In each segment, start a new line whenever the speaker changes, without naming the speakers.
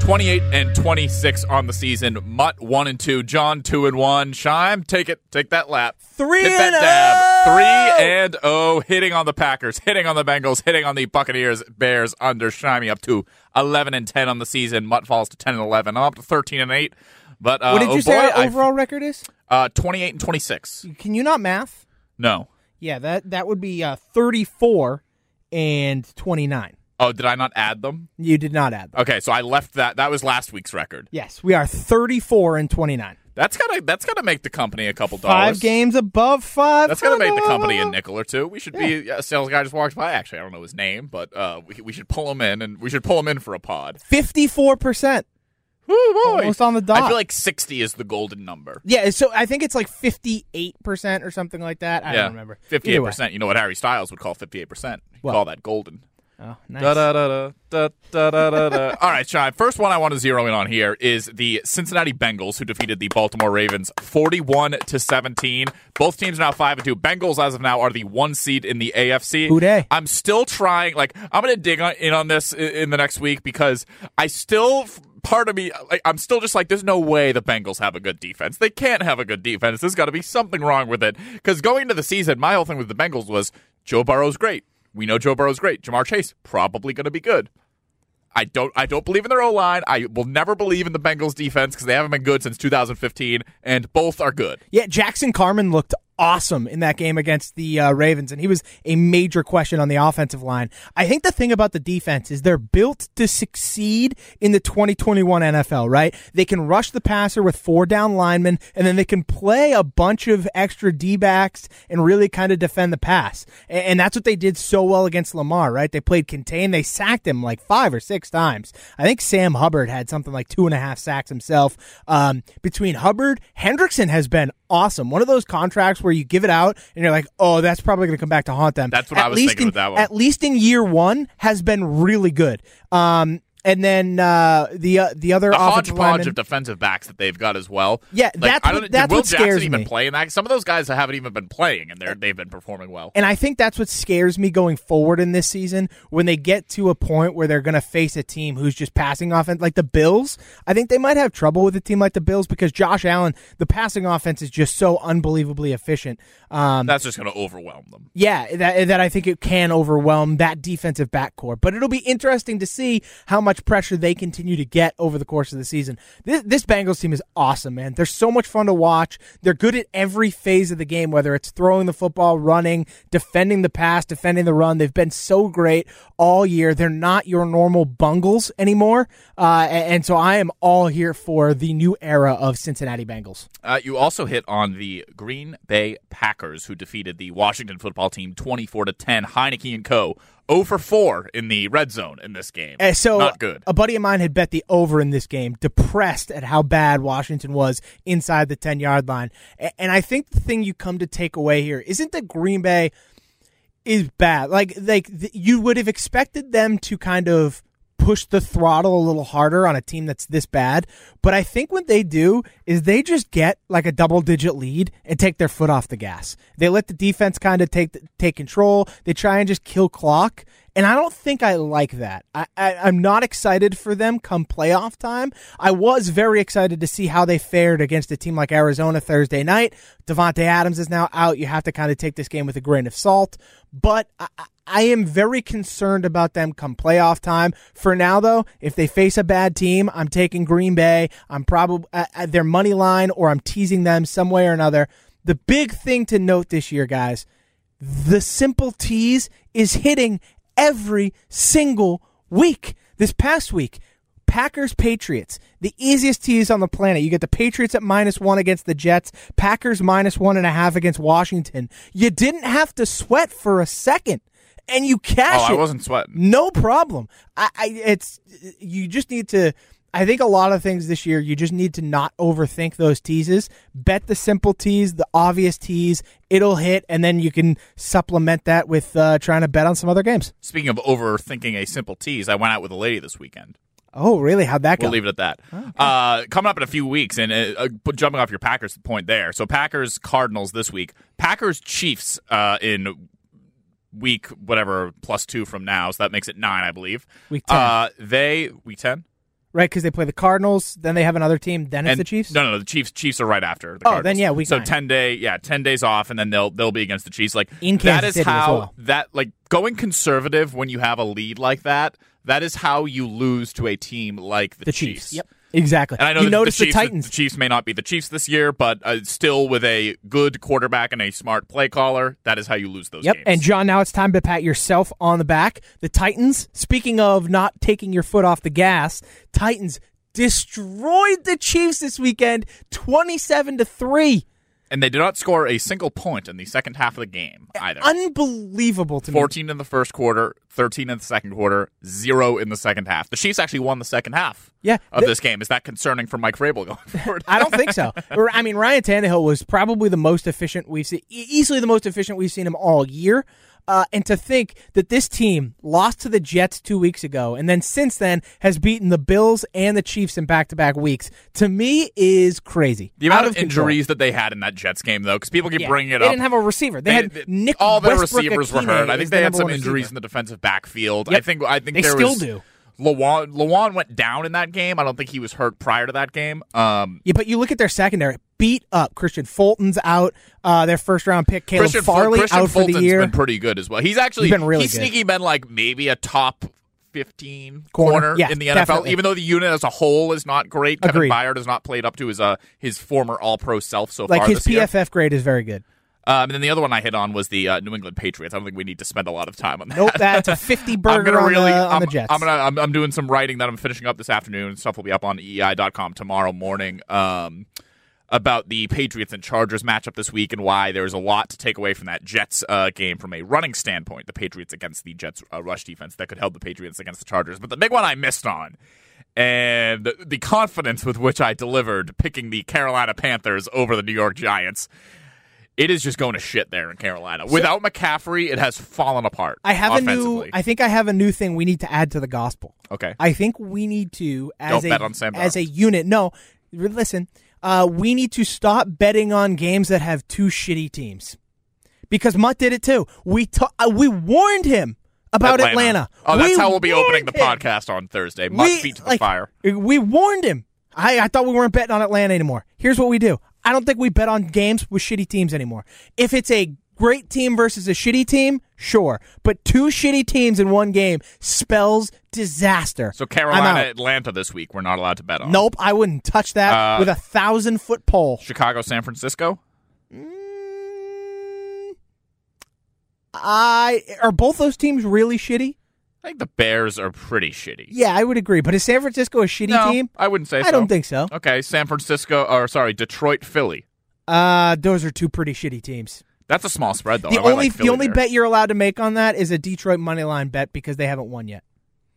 28 and 26 on the season. Mutt 1 and 2. John 2 and 1. Shime, take it. Take that lap.
Three
Hit that
and
dab.
oh!
Three and oh, hitting on the Packers, hitting on the Bengals, hitting on the Buccaneers, Bears under Shimey up to eleven and ten on the season. Mutt falls to ten and eleven. I'm up to thirteen and eight. But uh,
What did
oh
you say
boy,
our
I-
overall record is?
uh, twenty eight and twenty six.
Can you not math?
No.
Yeah, that that would be uh, 34 and 29.
Oh, did I not add them?
You did not add them.
Okay, so I left that. That was last week's record.
Yes, we are 34 and 29.
That's gotta that's gotta make the company a couple dollars.
Five games above five.
That's gonna make the company a nickel or two. We should be a sales guy just walked by. Actually, I don't know his name, but uh, we, we should pull him in and we should pull him in for a pod.
54%.
Woo, boy.
Almost on the dot.
I feel like sixty is the golden number.
Yeah, so I think it's like 58% or something like that. I don't remember.
Fifty-eight
Either way.
percent. You know what Harry Styles would call fifty-eight percent?
What?
Call that golden.
Oh,
Da,
nice.
da, da, da, da, da, da, da. All right, Shy. First one I want to zero in on here is the Cincinnati Bengals, who defeated the Baltimore Ravens forty-one to seventeen. Both teams are now five and two. Bengals, as of now, are the one seed in the AFC.
Who dey?
I'm still trying. Like I'm going to dig on, in on this i- in the next week because I still. Part of me, like, I'm still just like, there's no way the Bengals have a good defense. They can't have a good defense. There's got to be something wrong with it. Because going into the season, my whole thing with the Bengals was Joe Burrow's great. We know Joe Burrow's great. Jamar Chase probably going to be good. I don't I don't believe in their O line. I will never believe in the Bengals defense because they haven't been good since 2015, and both are good.
Yeah, Jackson Carmen looked awesome in that game against the uh, Ravens, and he was a major question on the offensive line. I think the thing about the defense is they're built to succeed in the 2021 NFL, right? They can rush the passer with four down linemen, and then they can play a bunch of extra D backs and really kind of defend the pass. A- And, that's what they did so well against Lamar, right? They played contain, they sacked him like five or six times. I think Sam Hubbard had something like two and a half sacks himself. Um, between Hubbard, Hendrickson has been awesome. One of those contracts where you give it out and you're like, oh, that's probably going to come back to haunt them.
That's what I was thinking
in,
with that one.
At least in year one, has been really good. Um, and then uh, the uh, the other
The
offensive
hodgepodge
lineman,
of defensive backs that they've got as well.
Yeah, that's
I don't,
what-
did
that's
Will
what
Jackson
scares
even
me.
playing that? Some of those guys haven't even been playing, and they're they've been performing well.
And I think that's what scares me going forward in this season when they get to a point where they're going to face a team who's just passing offense like the Bills. I think they might have trouble with a team like the Bills because Josh Allen, the passing offense is just so unbelievably efficient. Um,
That's just going to overwhelm them.
yeah, that, that I think it can overwhelm that defensive back core. But it'll be interesting to see how much pressure they continue to get over the course of the season. This, this Bengals team is awesome, man. They're so much fun to watch. They're good at every phase of the game, whether it's throwing the football, running, defending the pass, defending the run. They've been so great all year. They're not your normal bungles anymore. Uh, a- and, so I am all here for the new era of Cincinnati Bengals.
Uh, you also hit on the Green Bay Packers, who defeated the Washington football team 24 to 10. Heineke and Co. 0 for 4 in the red zone in this game.
Uh, so
not good.
A buddy of mine had bet the over in this game, depressed at how bad Washington was inside the ten yard line. A- And I think the thing you come to take away here isn't that Green Bay is bad. Like like th- you would have expected them to kind of push the throttle a little harder on a team that's this bad. But I think what they do is they just get like a double digit lead and take their foot off the gas. They let the defense kind of take take control. They try and just kill clock. And I don't think I like that. I, I, I'm not excited for them come playoff time. I was very excited to see how they fared against a team like Arizona Thursday night. Devontae Adams is now out. You have to kind of take this game with a grain of salt. But I, I- I am very concerned about them come playoff time. For now, though, if they face a bad team, I'm taking Green Bay. I'm probably at their money line or I'm teasing them some way or another. The big thing to note this year, guys, the simple tease is hitting every single week. This past week, Packers Patriots, the easiest tease on the planet. You get the Patriots at minus one against the Jets, Packers minus one and a half against Washington. You didn't have to sweat for a second, and you cash
Oh, I
it.
wasn't sweating.
No problem. I, I it's you just need to. I think a lot of things this year you just need to not overthink those teases. Bet the simple tease, the obvious tease. It'll hit, and then you can supplement that with uh, trying to bet on some other games.
Speaking of overthinking a simple tease, I went out with a lady this weekend.
Oh, really? How'd that go?
We'll leave it at that. Uh, coming up in a few weeks, and uh, uh, but jumping off your Packers point there. So Packers Cardinals this week. Packers Chiefs uh, in week whatever plus two from now, so that makes it nine, I believe.
Week 10.
Uh, they week ten.
right? Because they play the Cardinals, then they have another team, then it's
and
the Chiefs.
No, no, no. The Chiefs. Chiefs are right after. The
Oh,
Cardinals.
then, yeah, week
So
nine.
ten day, yeah, ten days off, and then they'll they'll be against the Chiefs. Like
In
that
Kansas
is
City as
how
well.
that like going conservative when you have a lead like that. That is how you lose to a team like the,
the Chiefs. Yep, exactly.
And I know
you
that
notice
the, Chiefs,
Titans.
The Chiefs may not be the Chiefs this year, but uh, still with a good quarterback and a smart play caller, that is how you lose those
Yep.
games.
And John, now it's time to pat yourself on the back. The Titans, speaking of not taking your foot off the gas, Titans destroyed the Chiefs this weekend 27 to 3.
And they did not score a single point in the second half of the game either.
Unbelievable to me.
14 in the first quarter, 13 in the second quarter, zero in the second half. The Chiefs actually won the second half
Yeah.
of
Th-
this game. Is that concerning for Mike Vrabel going forward?
I don't think so. Or, I mean, Ryan Tannehill was probably the most efficient we've seen, e- easily the most efficient we've seen him all year. Uh, and to think that this team lost to the Jets two weeks ago, and then since then has beaten the Bills and the Chiefs in back-to-back weeks, to me is crazy.
the amount
Out
of,
control.
injuries that they had, that Jets game, though, because people keep
Yeah.
bringing it
they
up.
didn't have a receiver. They, had
they-
Nick.
all their
Westbrook
receivers were
Akine
hurt. I
is
think
the
they had
number
some
one receiver.
injuries in the defensive backfield. I
Yep.
think I think
They
there
still
was,
do.
Lawan Lawan went down in that game. I don't think he was hurt prior to that game. Um,
Yeah, but you look at their secondary, beat up. Christian Fulton's out. Uh, their first round pick, Caleb
Christian, Ful-
Farley,
Christian
out for
Fulton's
the year.
been pretty good as well. He's actually
He's been really
he's
good.
sneaky been like maybe a top. 15
Corner.
corner,
Yes,
in the NFL,
definitely.
even though the unit as a whole is not great. Kevin
Agreed.
Byard has not played up to his uh, his former All Pro self so
like
far
his
this year.
PFF grade is very good.
Um, and then the other one I hit on was the uh, New England Patriots. I don't think we need to spend a lot of time on that.
Nope, that's a 50
I'm
burger
gonna
on,
really,
the, on
I'm,
the Jets.
I'm gonna, I'm, I'm doing some writing that I'm finishing up this afternoon. Stuff will be up on E EI.com tomorrow morning. Um, about the Patriots and Chargers matchup this week and why there's a lot to take away from that Jets uh, game from a running standpoint. The Patriots against the Jets uh, rush defense that could help the Patriots against the Chargers. But the big one I missed on. And the- the confidence with which I delivered picking the Carolina Panthers over the New York Giants, it is just going to shit there in Carolina. Without McCaffrey, it has fallen apart.
I have a new.
offensively.
I think I have a new thing we need to add to the gospel.
Okay.
I think we need to as
Don't
a
bet on Sam
as a unit. No, listen. Uh, we need to stop betting on games that have two shitty teams, because Mutt did it too. We ta- uh, we warned him about Atlanta.
Oh, that's
We
how we'll be opening
warned
the
him.
podcast on Thursday. Mutt feet to the
like,
fire.
We warned him. I, I thought we weren't betting on Atlanta anymore. Here's what we do. I don't think we bet on games with shitty teams anymore. If it's a great team versus a shitty team, sure. But two shitty teams in one game spells disaster.
So
I'm
Carolina,
out.
Atlanta this week. We're not allowed to bet on.
Nope, I wouldn't touch that
Uh,
with a thousand foot pole.
Chicago, San Francisco.
Mm, I are both those teams really shitty?
I think the Bears are pretty shitty.
Yeah, I would agree. But is San Francisco a shitty
no,
team?
I wouldn't say.
I don't think so.
Okay, San Francisco, or sorry, Detroit, Philly.
Uh, those are two pretty shitty teams.
That's a small spread though.
The
Oh, I might
only
like Philly
the only
there.
bet you're allowed to make on that is a Detroit money line bet because they haven't won yet.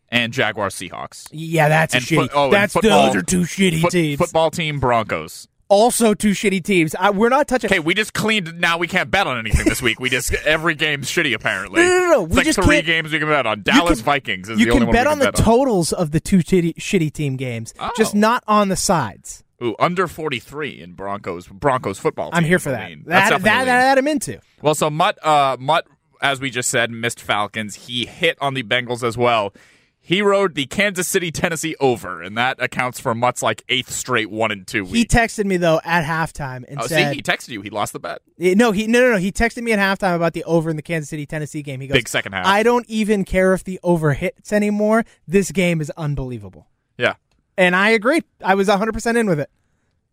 and Jaguar, Seahawks.
Yeah, that's
And
a
foot-
shitty.
oh, and
that's
football-
those are two shitty
Foot-
teams.
Football team, Broncos.
Also two shitty teams. I, we're not touching.
Okay, we just cleaned. Now we can't bet on anything this week. We just every game's shitty apparently.
No, no, no, no.
It's
We
like
just
3
can't-
games we can bet on. Dallas
can-
Vikings is
you
the only
can
one
bet
we
on the
bet on.
totals of the two shitty, shitty team games, just
Oh.
not on the sides.
Ooh, under 43 in Broncos Broncos football.
I'm
team
here
is
for
a
that.
lean. That's
That that,
definitely a
that,
lean.
I'm into.
Well, so Mutt, uh, Mutt, as we just said, missed Falcons. He hit on the Bengals as well. He rode the Kansas City Tennessee over, and that accounts for Mutt's like eighth straight one and two
He
week.
texted me though at halftime and
oh, see,
said,
he texted you. He lost the bet.
Eh, No, he no no no. He texted me at halftime about the over in the Kansas City Tennessee game. He goes,
Big second half.
I don't even care if the over hits anymore. This game is unbelievable,
Yeah.
and I agreed. I was 100 percent in with it.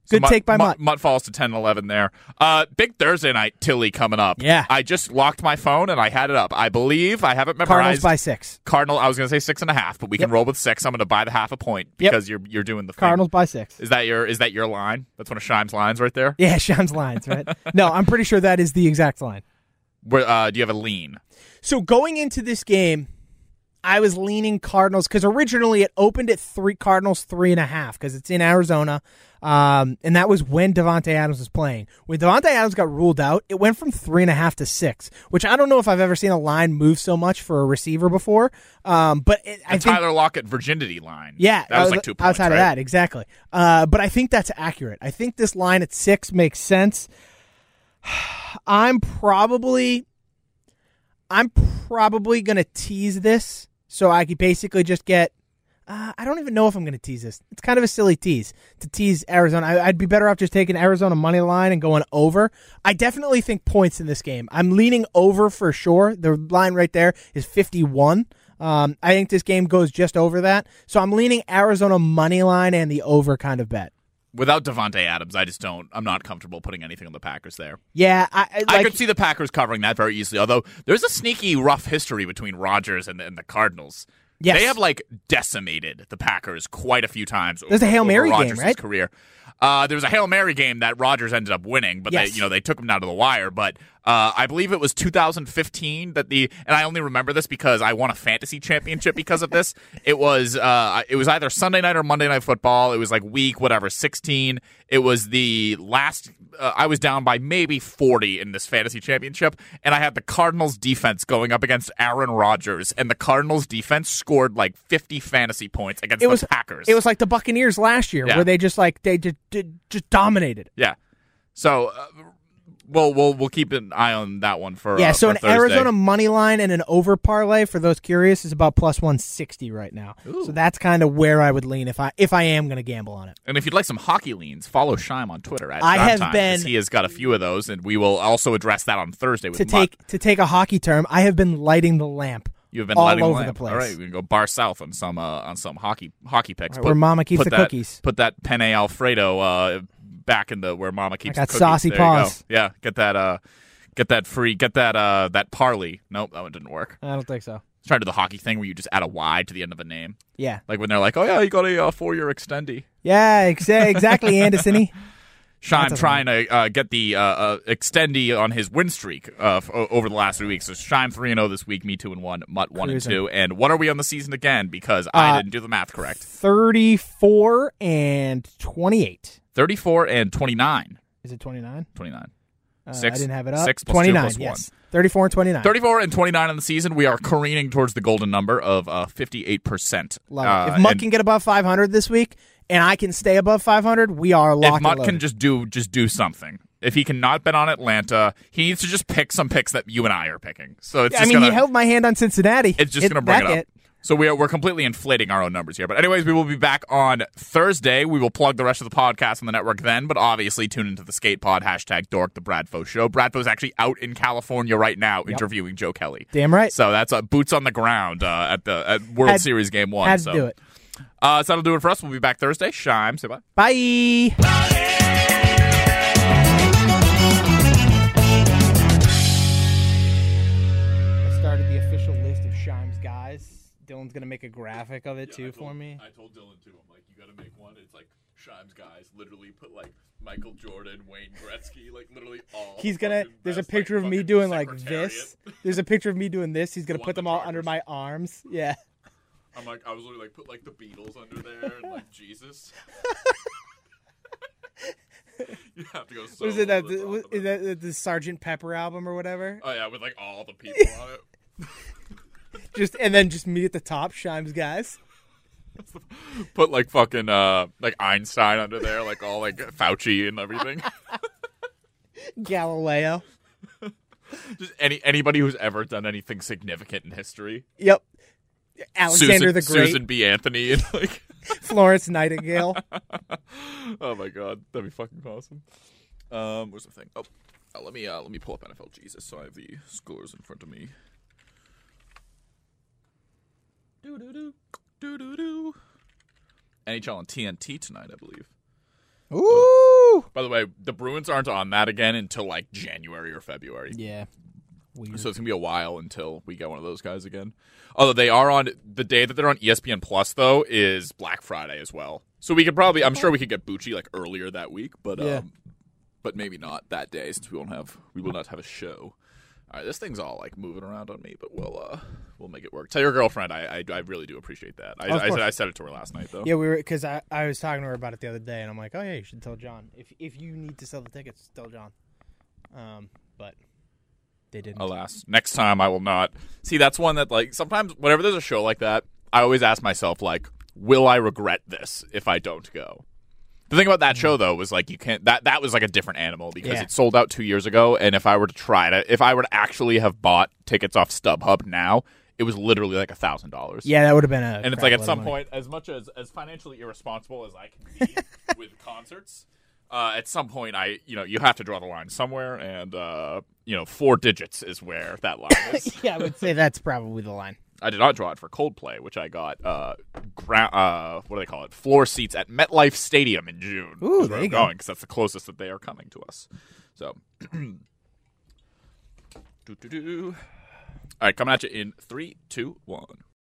So
Good take by Mutt.
Mutt. falls to 10 11 there. Uh, big Thursday night, Tilly coming up.
Yeah.
I just locked my phone and I had it up. I believe I haven't
Cardinals
memorized.
by six.
Cardinal, I was going to say six and a half, but we can roll with six. I'm going to buy the half a point
Yep.
because you're you're doing the thing.
Cardinals by six.
Is that your is that your line? That's one of Shime's lines right there.
Yeah, Sean's lines, right? no, I'm pretty sure that is the exact line.
Where, uh, do you have a lean?
So going into this game, I was leaning Cardinals because originally it opened at three Cardinals three and a half because it's in Arizona, um, and that was when Devonte Adams was playing. When Devonte Adams got ruled out, it went from three and a half to six, which I don't know if I've ever seen a line move so much for a receiver before. Um, but it, I
The
think
Tyler Lockett virginity line.
Yeah,
that was
out-
like two points.
outside
right?
of that, exactly. Uh, but I think that's accurate. I think this line at six makes sense. I'm probably, I'm probably gonna tease this, so I could basically just get. Uh, I don't even know if I'm going to tease this. It's kind of a silly tease to tease Arizona. I, I'd be better off just taking Arizona money line and going over. I definitely think points in this game. I'm leaning over for sure. The line right there is 51. Um, I think this game goes just over that. So I'm leaning Arizona money line and the over kind of bet.
Without Devonte Adams, I just don't. I'm not comfortable putting anything on the Packers there.
Yeah, I, I,
I
like,
could see the Packers covering that very easily. Although there's a sneaky rough history between Rodgers and the, and the Cardinals.
Yes.
They have like decimated the Packers quite a few times.
There's
over,
a Hail
over
Mary game,
Rodgers'
right?
Career. Uh, there was a Hail Mary game that Rodgers ended up winning, but
Yes.
they, you know they took him down to the wire. But uh, I believe it was 2015 that the and I only remember this because I won a fantasy championship because of this. It was uh, it was either Sunday night or Monday night football. It was like week whatever 16. It was the last. Uh, I was down by maybe 40 in this fantasy championship, and I had the Cardinals defense going up against Aaron Rodgers, and the Cardinals defense scored like 50 fantasy points against
it
the
was
Packers.
It was like the Buccaneers last year
Yeah.
where they just like they just did- just dominated.
Yeah. So, uh, well, we'll we'll keep an eye on that one for
yeah,
uh,
so
for
an
Thursday.
Arizona money line and an over parlay for those curious is about plus 160 right now. So that's kind of where I would lean if I if I am going to gamble on it.
And if you'd like some hockey leans, follow Shime on Twitter. At
I
Shime
have
Time, 'cause
been-
He has got a few of those, and we will also address that on Thursday with
To
Mutt.
take to take a hockey term, I have been lighting the lamp.
You've been
all
lighting
over
the,
the
lamp.
place.
All right, we can go bar south on some uh, on some hockey hockey picks.
Right, where Mama
put
keeps the
that-
cookies.
Put that penne alfredo uh, back in the where Mama keeps.
got
the cookies.
saucy
There you go.
paws.
Yeah, get that. Uh, get that free. Get that. Uh, that parley. Nope, that one didn't work.
I don't think so.
Trying to do the hockey thing where you just add a Y to the end of a name.
Yeah.
Like when they're like, "Oh yeah, you got a uh, four-year extendy."
Yeah, exa- exactly, Anderson.
Shime
That's a-
trying to uh, get the uh, uh, extendy on his win streak uh, f- o- over the last three weeks. So Shime three and zero this week. Me two and one. Mutt one
Cruising.
and two. And what are we on the season again? Because I
Uh,
didn't do the math correct.
34 and 28.
Thirty four and 29.
Is it 29?
29.
Uh,
Six-
I didn't have it up.
six plus two
29,
plus one.
yes. 34 and 29.
34 and 29 on the season. We are careening towards the golden number of uh, 58%.
Love
Uh,
it. If Mutt
and
can get above 500 this week and I can stay above 500, we are locked
if Mutt can
and loaded.
just do just do something. If he cannot bet on Atlanta, he needs to just pick some picks that you and I are picking. So it's
I
just
mean,
gonna,
he held my hand on Cincinnati.
It's just going to bring it
that
up. So we are, we're completely inflating our own numbers here. But anyways, we will be back on Thursday. We will plug the rest of the podcast on the network then. But obviously, tune into the Skate Pod hashtag Dork the Bradfo Show. Bradfo's actually out in California right now interviewing Joe Kelly.
Damn right.
So that's uh, boots on the ground uh, at the at World
Had-
Series Game One.
Had to
so.
do it.
Uh, so that'll do it for us. We'll be back Thursday. Shime, say bye.
Bye. I started the official list of Shime's guys. Dylan's gonna make a graphic of it too for me.
I told Dylan too. I'm like, you got to make one. It's like Shime's guys literally put like Michael Jordan, Wayne Gretzky, like literally all.
He's gonna. There's a picture of me doing like this. There's a picture of me doing this. He's gonna
want
put
the
them all under
Chargers.
my arms. Yeah.
I'm like, I was literally like, put like the Beatles under there and like Jesus. you have to go so.
What is it? That,
over the top of
the, is
it.
that the- the Sergeant Pepper album or whatever?
Oh yeah, with like all the people on it.
Just and then just me at the top. Shime's guys.
Put like fucking uh like Einstein under there, like all like Fauci and everything.
Galileo.
Just any anybody who's ever done anything significant in history.
Yep. Alexander
Susan,
the Great.
Susan B. Anthony, and like,
Florence Nightingale.
oh my god, that'd be fucking awesome. Um, where's the thing? Oh, oh, let me uh let me pull up NFL Jesus so I have the scores in front of me. Do do do do do do. NHL on TNT tonight, I believe.
Ooh.
By the way, the Bruins aren't on that again until like January or February.
Yeah. Weird.
So it's gonna be a while until we get one of those guys again. Although they are on the day that they're on E ESPN Plus, though, is Black Friday as well. So we could probably, I'm sure we could get Bucci like earlier that week, but
Yeah.
um, but maybe not that day since we won't have we will not have a show. All right, this thing's all like moving around on me, but we'll uh we'll make it work. Tell your girlfriend I I, I really do appreciate that. I,
Of
I,
course.
I said it to her last night though.
yeah, we were because I, I was talking to her about it the other day, and I'm like, oh yeah, you should tell John if if you need to sell the tickets, tell John. Um, but they didn't.
Alas, next time I will not. See, that's one that like sometimes whenever there's a show like that, I always ask myself like, will I regret this if I don't go? The thing about that show though was like you can't that that was like a different animal because
Yeah.
it sold out 2 years ago and if I were to try to if I were to actually have bought tickets off StubHub now, it it was literally like a thousand dollars.
Yeah, that would have been a.
and it's
crap
like
load
at
of
some
money.
point, as much as as financially irresponsible as I can be with concerts, uh, at some point I you know you have to draw the line somewhere, and uh, you know four digits is where that line is.
Yeah, I would say that's probably the line.
I did not draw it for Coldplay, which I got uh, gra- uh what do they call it? Floor seats at MetLife Stadium in June.
Ooh,
is
there
where
you
I'm
go.
going because that's the closest that they are coming to us. So, do do do. All right, coming at you in three, two, one.